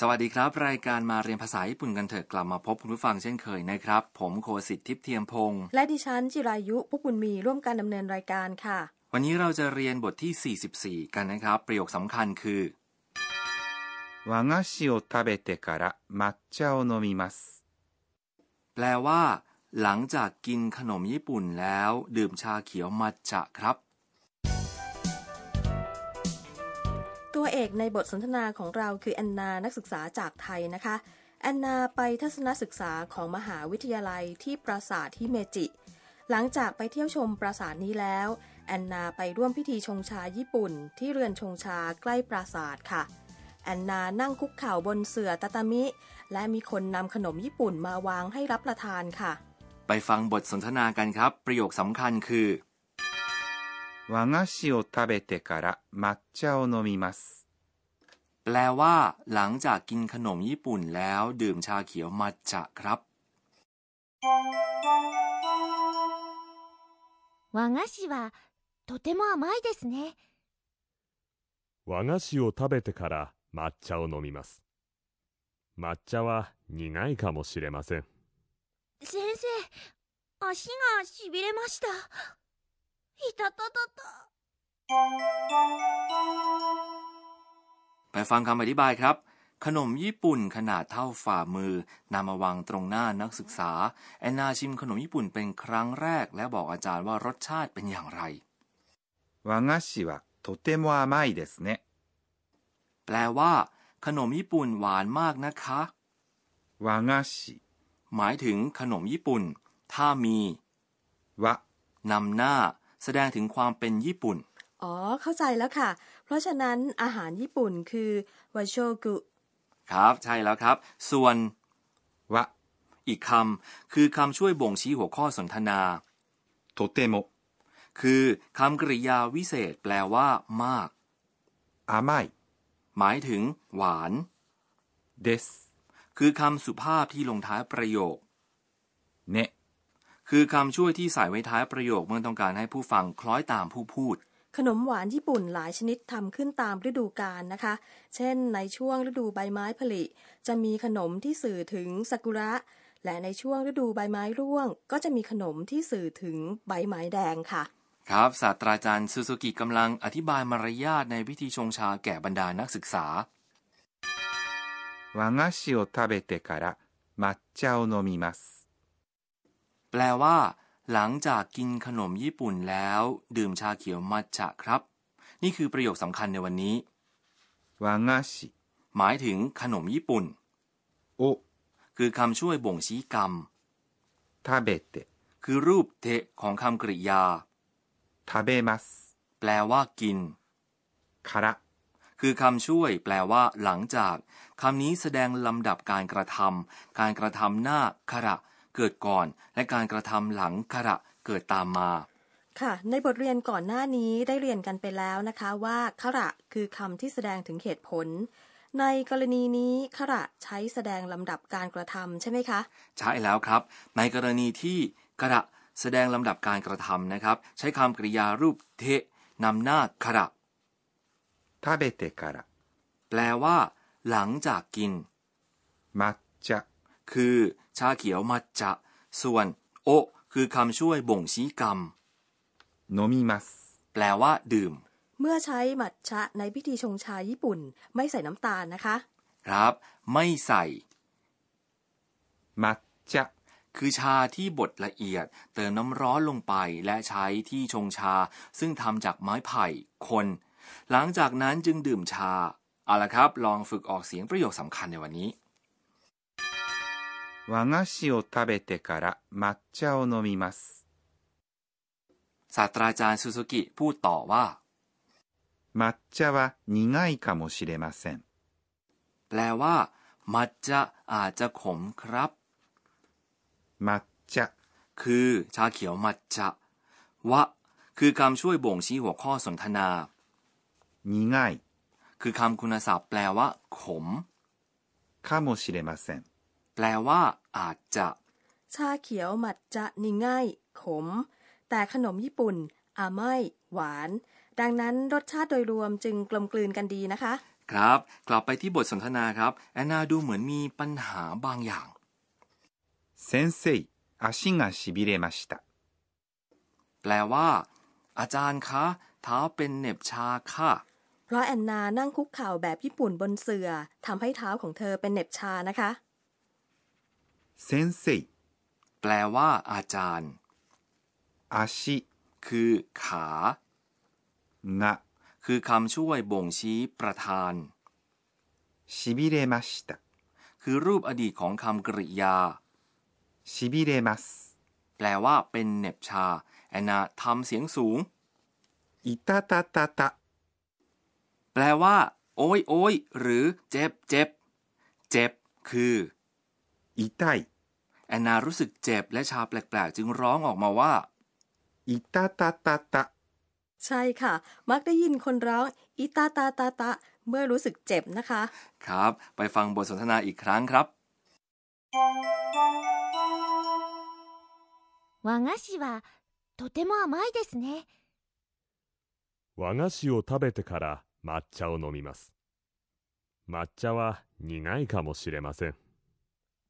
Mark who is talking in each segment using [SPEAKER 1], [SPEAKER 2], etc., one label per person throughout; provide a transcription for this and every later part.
[SPEAKER 1] สวัสดีครับ รายการมาเรียนภาษาญี่ปุ่นกันเถอะกลับมาพบคุณผู้ฟังเช่นเคยนะครับ ผมโคสิทธิ์ทิพย์เทียมพงศ์
[SPEAKER 2] และดิฉันจิรายุพวกบุญมีร่วมการดำเนินรายการค่ะ
[SPEAKER 1] วันนี้เราจะเรียนบทที่ 44 กันนะครับ ประโยคสำคัญคือ
[SPEAKER 3] 和菓子を食べてから抹茶を飲みます。
[SPEAKER 1] แปลว่า หลังจากกินขนมญี่ปุ่นแล้ว ดื่มชาเขียวมัทฉะครับ
[SPEAKER 2] ตัวเอกในบทสนทนาของเราคือแอนนานักศึกษาจากไทยนะคะแอนนาไปทัศนศึกษาของมหาวิทยาลัยที่ปราสาทฮิเมจิ หลังจากไปเที่ยวชมปราสาทนี้แล้วแอนนาไปร่วมพิธีชงชาญี่ปุ่น ที่เรือนชงชาใกล้ปราสาทค่ะแอนนานั่งคุกเข่าบนเสื่อตาตามิ และมีคนนำขนมญี่ปุ่นมาวางให้รับประทานค่ะ
[SPEAKER 1] ไปฟังบทสนทนากันครับ ประโยคสำคัญคือ
[SPEAKER 3] 和菓子を食べてから抹茶を飲みます。
[SPEAKER 1] แปลว่า หลังจากกินขนมญี่ปุ่นแล้ว ดื่มชาเขียวมัทฉะครับ
[SPEAKER 4] 和菓子はとても甘いですね
[SPEAKER 5] 和菓子を食べてから抹茶を飲みます抹茶は苦いかもしれません
[SPEAKER 4] 先生足がしびれましたいたたたた
[SPEAKER 1] ไปฟังคำอธิบายครับ ขนมญี่ปุ่นขนาดเท่าฝ่ามือนำมาวางตรงหน้านักศึกษา แอนนาชิมขนมญี่ปุ่นเป็นครั้งแรก และบอกอาจารย์ว่ารสชาติเป็นอย่างไร
[SPEAKER 3] 和菓子はとても甘いですね。
[SPEAKER 1] แปลว่า ขนมญี่ปุ่นหวานมากนะคะ
[SPEAKER 3] 和菓子
[SPEAKER 1] หมายถึงขนมญี่ปุ่น ถ้ามี
[SPEAKER 3] は
[SPEAKER 1] นำหน้า แสดงถึงความเป็นญี่ปุ่น
[SPEAKER 2] อ๋อ เข้าใจแล้วค่ะ เพราะฉะนั้นอาหารญี่ปุ่นคือวาโชกุ
[SPEAKER 1] ครับ ใช่แล้วครับ ส่วน
[SPEAKER 3] は
[SPEAKER 1] อีกคำคือคำช่วยบ่งชี้หัวข้อสนทนา
[SPEAKER 3] とても
[SPEAKER 1] คือคำกริยาวิเศษ แปลว่า มาก
[SPEAKER 3] 甘い
[SPEAKER 1] หมายถึง หวาน
[SPEAKER 3] です
[SPEAKER 1] คือคำสุภาพที่ลงท้ายประโยค
[SPEAKER 3] ね。
[SPEAKER 1] คือคำช่วยที่ใส่ไว้ท้ายประโยคเมื่อต้องการให้ผู้ฟังคล้อยตามผู้พูด
[SPEAKER 2] ขนมหวานญี่ปุ่นหลายชนิดทำขึ้นตามฤดูกาลนะคะ เช่น ในช่วงฤดูใบไม้ผลิ จะมีขนมที่สื่อถึงซากุระ และในช่วงฤดูใบไม้ร่วง ก็จะมีขนมที่สื่อถึงใบไม้แดงค่ะ
[SPEAKER 1] ครับ ศาสตราจารย์ซูซูกิกำลังอธิบายมารยาทในพิธีชงชาแก่บรรดานักศึกษา
[SPEAKER 3] 和菓子を食べてから抹茶を飲みます。
[SPEAKER 1] แปลว่า หลังจากกินขนมญี่ปุ่นแล้ว ดื่มชาเขียวมัทฉะครับ นี่คือประโยคสำคัญในวันนี้
[SPEAKER 3] 和菓子
[SPEAKER 1] หมายถึงขนมญี่ปุ่น
[SPEAKER 3] を
[SPEAKER 1] คือคำช่วยบ่งชี้กรรม
[SPEAKER 3] 食べて
[SPEAKER 1] คือรูปเทะของคำกริยา
[SPEAKER 3] 食べます
[SPEAKER 1] แปลว่ากิน
[SPEAKER 3] から
[SPEAKER 1] คือคำช่วยแปลว่า หลังจากคำนี้แสดงลำดับการกระทำการกระทำหน้าขระ เกิดก่อน และการกระทำหลังขระ เกิดตามมา
[SPEAKER 2] ค่ะ ในบทเรียนก่อนหน้านี้ได้เรียนกันไปแล้วนะคะว่าขระคือคำที่แสดงถึงเหตุผล ในกรณีนี้ขระใช้แสดงลำดับการกระทำใช่ไหมคะ
[SPEAKER 1] ใช่แล้วครับ ในกรณีที่ขระ แสดงลำดับการกระทำนะครับ ใช้คำกริยารูปเทะนำหน้าขระ
[SPEAKER 3] 食べてから
[SPEAKER 1] แปลว่า หลังจากกิน
[SPEAKER 3] 抹茶
[SPEAKER 1] คือ ชาเขียวมัจจะ ส่วน โอ คือคำช่วยบ่งชี้กรรม
[SPEAKER 3] 飲みます。
[SPEAKER 1] แปลว่า ดื่ม
[SPEAKER 2] เมื่อใช้มัทฉะในพิธีชงชาญี่ปุ่น ไม่ใส่น้ำตาลนะคะ
[SPEAKER 1] ครับ ไม่ใส่
[SPEAKER 3] 抹茶
[SPEAKER 1] คือชาที่บดละเอียด เติมน้ำร้อนลงไปและใช้ที่ชงชา ซึ่งทำจากไม้ไผ่คน หลังจากนั้นจึงดื่มชา เอาละครับ ลองฝึกออกเสียงประโยคสำคัญในวันนี้
[SPEAKER 3] 和菓子を食べてから抹茶を飲みます。
[SPEAKER 1] ศาสตราจารย์ซูซูกิพูดต่อว่า
[SPEAKER 3] 抹茶は苦いかもしれません。
[SPEAKER 1] แปลว่า มัจจะอาจจะขมครับ
[SPEAKER 3] 抹茶
[SPEAKER 1] คือชาเขียวมัจจะวะ คือคำช่วยบ่งชี้หัวข้อสนทนา
[SPEAKER 3] 苦い
[SPEAKER 1] คือคำคุณศัพท์ แปลว่า ขม
[SPEAKER 3] かもしれません。
[SPEAKER 1] แปลว่า อาจจะ
[SPEAKER 2] ชาเขียวมัทจะนิง่าย ขม แต่ขนมญี่ปุ่นอาไม่หวาน ดังนั้นรสชาติโดยรวมจึงกลมกลืนกันดีนะคะ
[SPEAKER 1] ครับ กลับไปที่บทสนทนาครับแอนนาดูเหมือนมีปัญหาบางอย่าง
[SPEAKER 3] 先生、足がしびれました。
[SPEAKER 1] แปลว่า อาจารย์คะเท้าเป็นเหน็บชาค่ะ
[SPEAKER 2] เพราะแอนนานั่งคุกเข่าแบบญี่ปุ่นบนเสื่อทำให้เท้าของเธอเป็นเหน็บชานะคะ
[SPEAKER 3] 先生、
[SPEAKER 1] แปลว่า อาจารย์
[SPEAKER 3] 足
[SPEAKER 1] คือ ขา
[SPEAKER 3] が
[SPEAKER 1] คือคำช่วยบ่งชี้ประธาน
[SPEAKER 3] しびれました。
[SPEAKER 1] คือรูปอดีตของคำกริยา
[SPEAKER 3] しびれます。
[SPEAKER 1] แปลว่า เป็นเหน็บชา แอนนาทำเสียงสูง
[SPEAKER 3] いたたたた。
[SPEAKER 1] แปลว่า โอ้ยโอยหรือ เจ็บเจ็บเจ็บ คือ
[SPEAKER 3] 痛い。
[SPEAKER 1] แอนนารู้สึกเจ็บและชาแปลกๆ จึงร้องออกมาว่า
[SPEAKER 3] いたたたた。
[SPEAKER 2] ใช่ค่ะ มักได้ยินคนร้องอิตาตาตาตาเมื่อรู้สึกเจ็บนะคะ
[SPEAKER 1] ครับ ไปฟังบทสนทนาอีกครั้งครับ
[SPEAKER 4] 和菓子はとても甘いですね
[SPEAKER 5] 和菓子を食べてから抹茶を飲みます抹茶は苦いかもしれません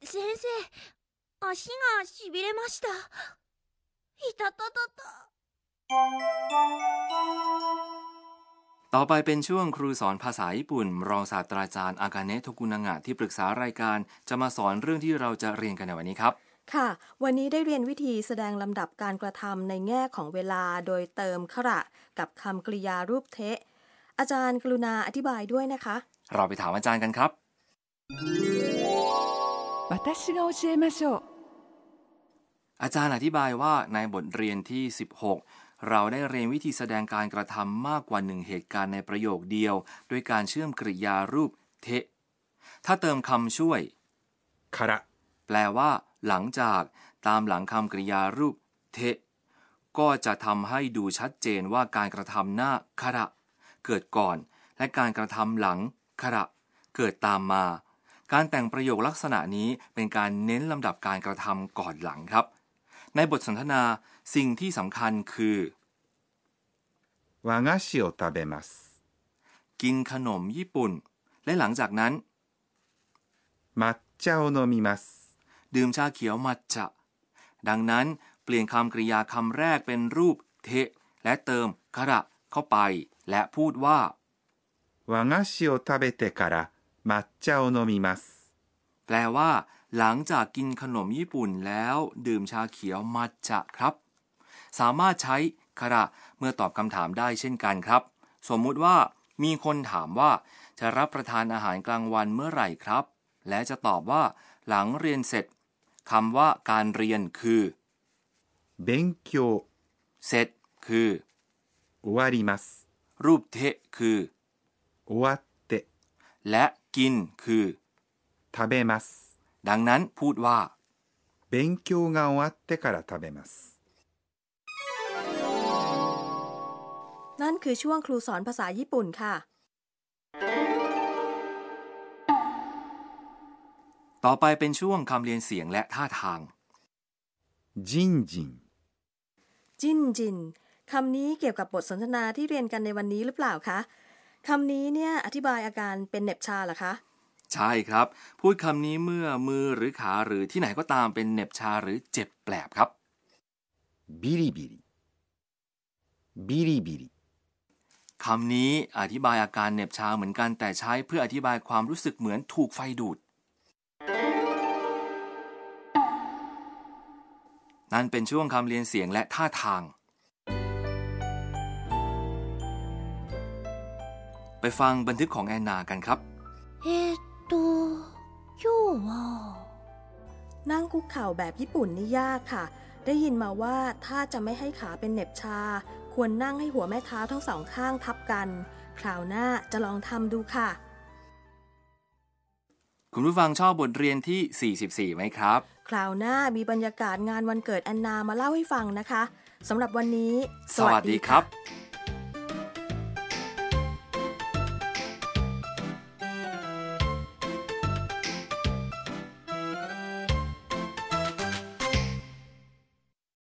[SPEAKER 4] 先生足がしびれましたいたたたた
[SPEAKER 1] ต่อไปเป็นช่วงครูสอนภาษาญี่ปุ่น รองศาสตราจารย์อากาเนะโทกุนางะที่ปรึกษารายการ จะมาสอนเรื่องที่เราจะเรียนกันในวันนี้ครับ
[SPEAKER 2] ค่ะ วันนี้ได้เรียนวิธีแสดงลำดับการกระทำในแง่ของเวลาโดยเติมขระกับคำกริยารูปเทะ อาจารย์กรุณาอธิบายด้วยนะคะ
[SPEAKER 1] เราไปถามอาจารย์กันครับ
[SPEAKER 6] 私が教えましょう
[SPEAKER 1] อาจารย์อธิบายว่าในบทเรียนที่ 16 เราได้เรียนวิธีแสดงการกระทำมากกว่าหนึ่งเหตุการณ์ในประโยคเดียวด้วยการเชื่อมกริยารูปเทะ ถ้าเติมคำช่วย
[SPEAKER 3] から、
[SPEAKER 1] แปลว่า หลังจากตามหลังคำกริยารูป เทะ ก็จะทำให้ดูชัดเจนว่าการกระทำหน้าขระ เกิดก่อน และการกระทำหลังขระ เกิดตามมา การแต่งประโยคลักษณะนี้เป็นการเน้นลำดับการกระทำก่อนหลังครับ ในบทสนทนาสิ่งที่สำคัญคือ
[SPEAKER 3] 和菓子を食べます。
[SPEAKER 1] กินขนมญี่ปุ่น และหลังจากนั้น
[SPEAKER 3] 抹茶を飲みます。
[SPEAKER 1] ดื่มชาเขียวมัทฉะดังนั้นเปลี่ยนคำกริยาคำแรกเป็นรูปเทะ และเติมกระเข้าไป และพูดว่า
[SPEAKER 3] 和菓子を食べてから抹茶を飲みます。
[SPEAKER 1] แปลว่า หลังจากกินขนมญี่ปุ่นแล้ว ดื่มชาเขียวมัทฉะครับ สามารถใช้กระเมื่อตอบคำถามได้เช่นกันครับ สมมุติว่า มีคนถามว่า จะรับประทานอาหารกลางวันเมื่อไหร่ครับ และจะตอบว่า หลังเรียนเสร็จคำว่าการเรียนคือ
[SPEAKER 3] 勉強
[SPEAKER 1] เสร็จ คือ
[SPEAKER 3] 終わります。
[SPEAKER 1] รูปเทะคือ
[SPEAKER 3] 終わって
[SPEAKER 1] และกินคือ
[SPEAKER 3] 食べます。
[SPEAKER 1] ดังนั้นพูดว่า
[SPEAKER 3] 勉強が終わってから食べます。
[SPEAKER 2] นั่นคือช่วงครูสอนภาษาญี่ปุ่นค่ะ
[SPEAKER 1] ต่อไปเป็นช่วงคำเรียนเสียงและท่าทาง
[SPEAKER 3] じんじん、
[SPEAKER 2] จินจินคำนี้เกี่ยวกับบทสนทนาที่เรียนกันในวันนี้หรือเปล่าคะคำนี้เนี่ยอธิบายอาการเป็นเหน็บชาเหรอคะ
[SPEAKER 1] ใช่ครับ พูดคำนี้เมื่อมือหรือขาหรือที่ไหนก็ตามเป็นเหน็บชาหรือเจ็บแปลบครับ
[SPEAKER 3] ビリビリ。ビリビリ、
[SPEAKER 1] คำนี้อธิบายอาการเหน็บชาเหมือนกันแต่ใช้เพื่ออธิบายความรู้สึกเหมือนถูกไฟดูด นั่นเป็นช่วงคำเรียนเสียงและท่าทาง ไปฟังบันทึกของแอนนากันครับ
[SPEAKER 4] えーっと今日は
[SPEAKER 2] นั่งคุกเข่าแบบญี่ปุ่นนี่ยากค่ะ ได้ยินมาว่าถ้าจะไม่ให้ขาเป็นเหน็บชา ควรนั่งให้หัวแม่เท้าทั้งสองข้างทับกัน คราวหน้าจะลองทำดูค่ะ
[SPEAKER 1] คุณผู้ฟังชอบบทเรียนที่ 44 ไหมครับ
[SPEAKER 2] คราวหน้ามีบรรยากาศงานวันเกิดแอนนามาเล่าให้ฟังนะคะสำหรับวันนี้
[SPEAKER 1] สวัสดีครับ